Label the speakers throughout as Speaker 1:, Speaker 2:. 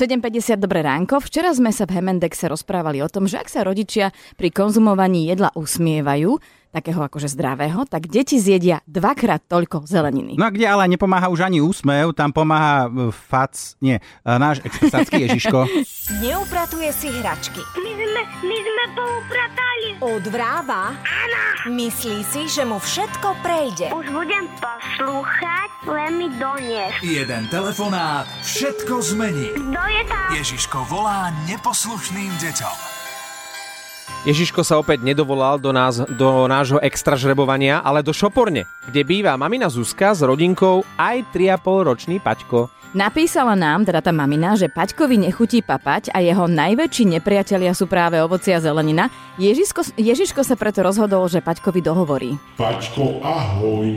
Speaker 1: 7.50, dobré ránko. Včera sme sa v Hemendexe rozprávali o tom, že ak sa rodičia pri konzumovaní jedla usmievajú, takého akože zdravého, tak deti zjedia dvakrát toľko zeleniny.
Speaker 2: No a kde ale nepomáha už ani úsmev, tam pomáha e, fac, nie, e, náš expertácky Ježiško.
Speaker 3: Neupratuje si hračky.
Speaker 4: My sme, my sme poupratali.
Speaker 3: Odvráva. Áno. Myslí si, že mu všetko prejde.
Speaker 4: Už budem poslúchať, len mi donies.
Speaker 5: Jeden telefonát všetko zmení.
Speaker 4: Kto je tam?
Speaker 5: Ježiško volá neposlušným deťom.
Speaker 6: Ježiško sa opäť nedovolal do, nás, do nášho extra žrebovania, ale do Šoporne, kde býva mamina Zuzka s rodinkou aj 3,5 ročný Paťko.
Speaker 1: Napísala nám, teda tá mamina, že Paťkovi nechutí papať a jeho najväčší nepriatelia sú práve ovoci a zelenina. Ježiško, Ježiško sa preto rozhodol, že Paťkovi dohovorí.
Speaker 7: Paťko, ahoj.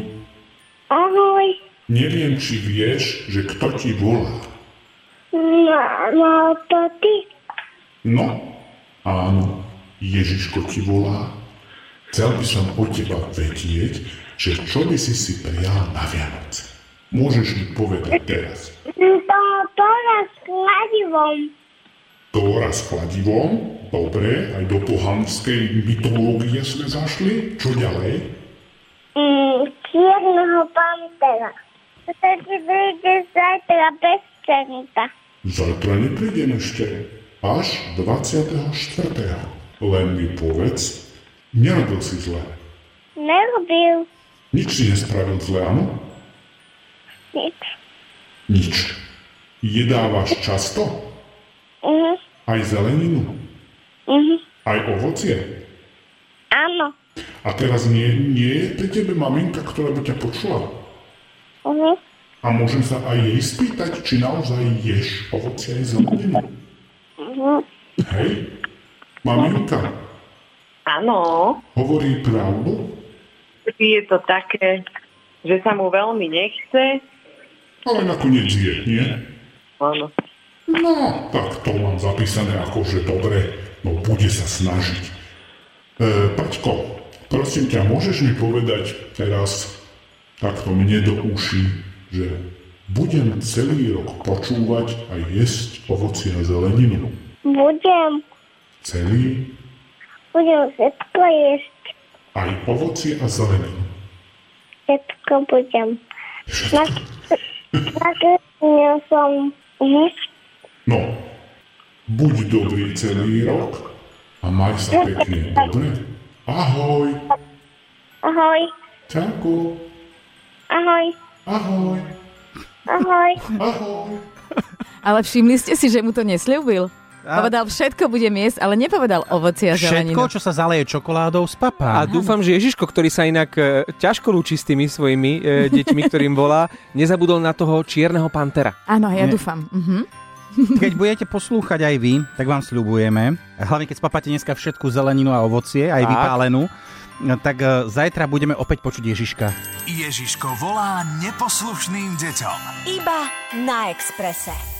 Speaker 4: Ahoj.
Speaker 7: Neviem, či vieš, že kto ti volá.
Speaker 4: No, no to ty.
Speaker 7: No, áno, Ježiško ti volá. Chcel by som od teba vedieť, že čo by si si prijal na Vianoce. Môžeš mi povedať teraz.
Speaker 4: To, to nás kladivom.
Speaker 7: Tóra s kladivom, dobre, aj do pohanskej mytológie sme zašli. Čo ďalej?
Speaker 4: Mm, čierneho pantera. To ti príde zajtra bez čerta.
Speaker 7: Zajtra neprídem ešte. Až 24. Len mi povedz, nerobil si zle.
Speaker 4: Nerobil
Speaker 7: Nič si nespravil zle, áno?
Speaker 4: nič.
Speaker 7: Nič. Jedávaš často?
Speaker 4: Mhm,
Speaker 7: Aj zeleninu?
Speaker 4: mhm,
Speaker 7: Aj ovocie?
Speaker 4: áno.
Speaker 7: A teraz nie, nie je pri tebe maminka, ktorá by ťa počula.
Speaker 4: Mhm.
Speaker 7: A môžem sa aj jej spýtať, či naozaj ješ ovocie aj zeleninu.
Speaker 4: Mhm.
Speaker 7: Hej? Maminka,
Speaker 8: Áno,
Speaker 7: hovorí pravdu?
Speaker 8: vždy je to také, že sa mu veľmi nechce.
Speaker 7: Ale nakoniec je, nie?
Speaker 8: Áno.
Speaker 7: No, tak to mám zapísané ako, že dobre, no bude sa snažiť. E, Paťko, prosím ťa, môžeš mi povedať teraz takto mne do uší, že budem celý rok počúvať a jesť ovocie a zeleninu.
Speaker 4: Budem,
Speaker 7: Celý
Speaker 4: budem všetko jesť.
Speaker 7: aj ovocie a zeleninu.
Speaker 4: Všetko budem. No.
Speaker 7: Všetko.
Speaker 4: Nakreslil som. Mhm.
Speaker 7: No, buď dobrý celý rok a maj sa pekne, dobre? Ahoj,
Speaker 4: Ahoj,
Speaker 7: ťako,
Speaker 4: ahoj,
Speaker 7: ahoj,
Speaker 4: ahoj.
Speaker 7: ahoj.
Speaker 1: Ale všimli ste si, že mu to nesľúbil? Povedal, všetko budem jesť, ale nepovedal ovoci a zeleninu.
Speaker 2: Všetko, čo sa zaleje čokoládou, spapá.
Speaker 6: A dúfam, že Ježiško, ktorý sa inak e, ťažko lúči s tými svojimi e, deťmi, ktorým volá, nezabudol na toho čierneho pantera.
Speaker 1: Áno, ja
Speaker 2: Nie.
Speaker 1: dúfam. Mhm.
Speaker 2: Keď budete poslúchať aj vy, tak vám sľubujeme, hlavne keď spapáte dneska všetku zeleninu a ovocie, aj
Speaker 6: Tak.
Speaker 2: vypálenú, no tak e, zajtra budeme opäť počuť Ježiška.
Speaker 5: Ježiško volá neposlušným deťom.
Speaker 3: Iba na Exprese.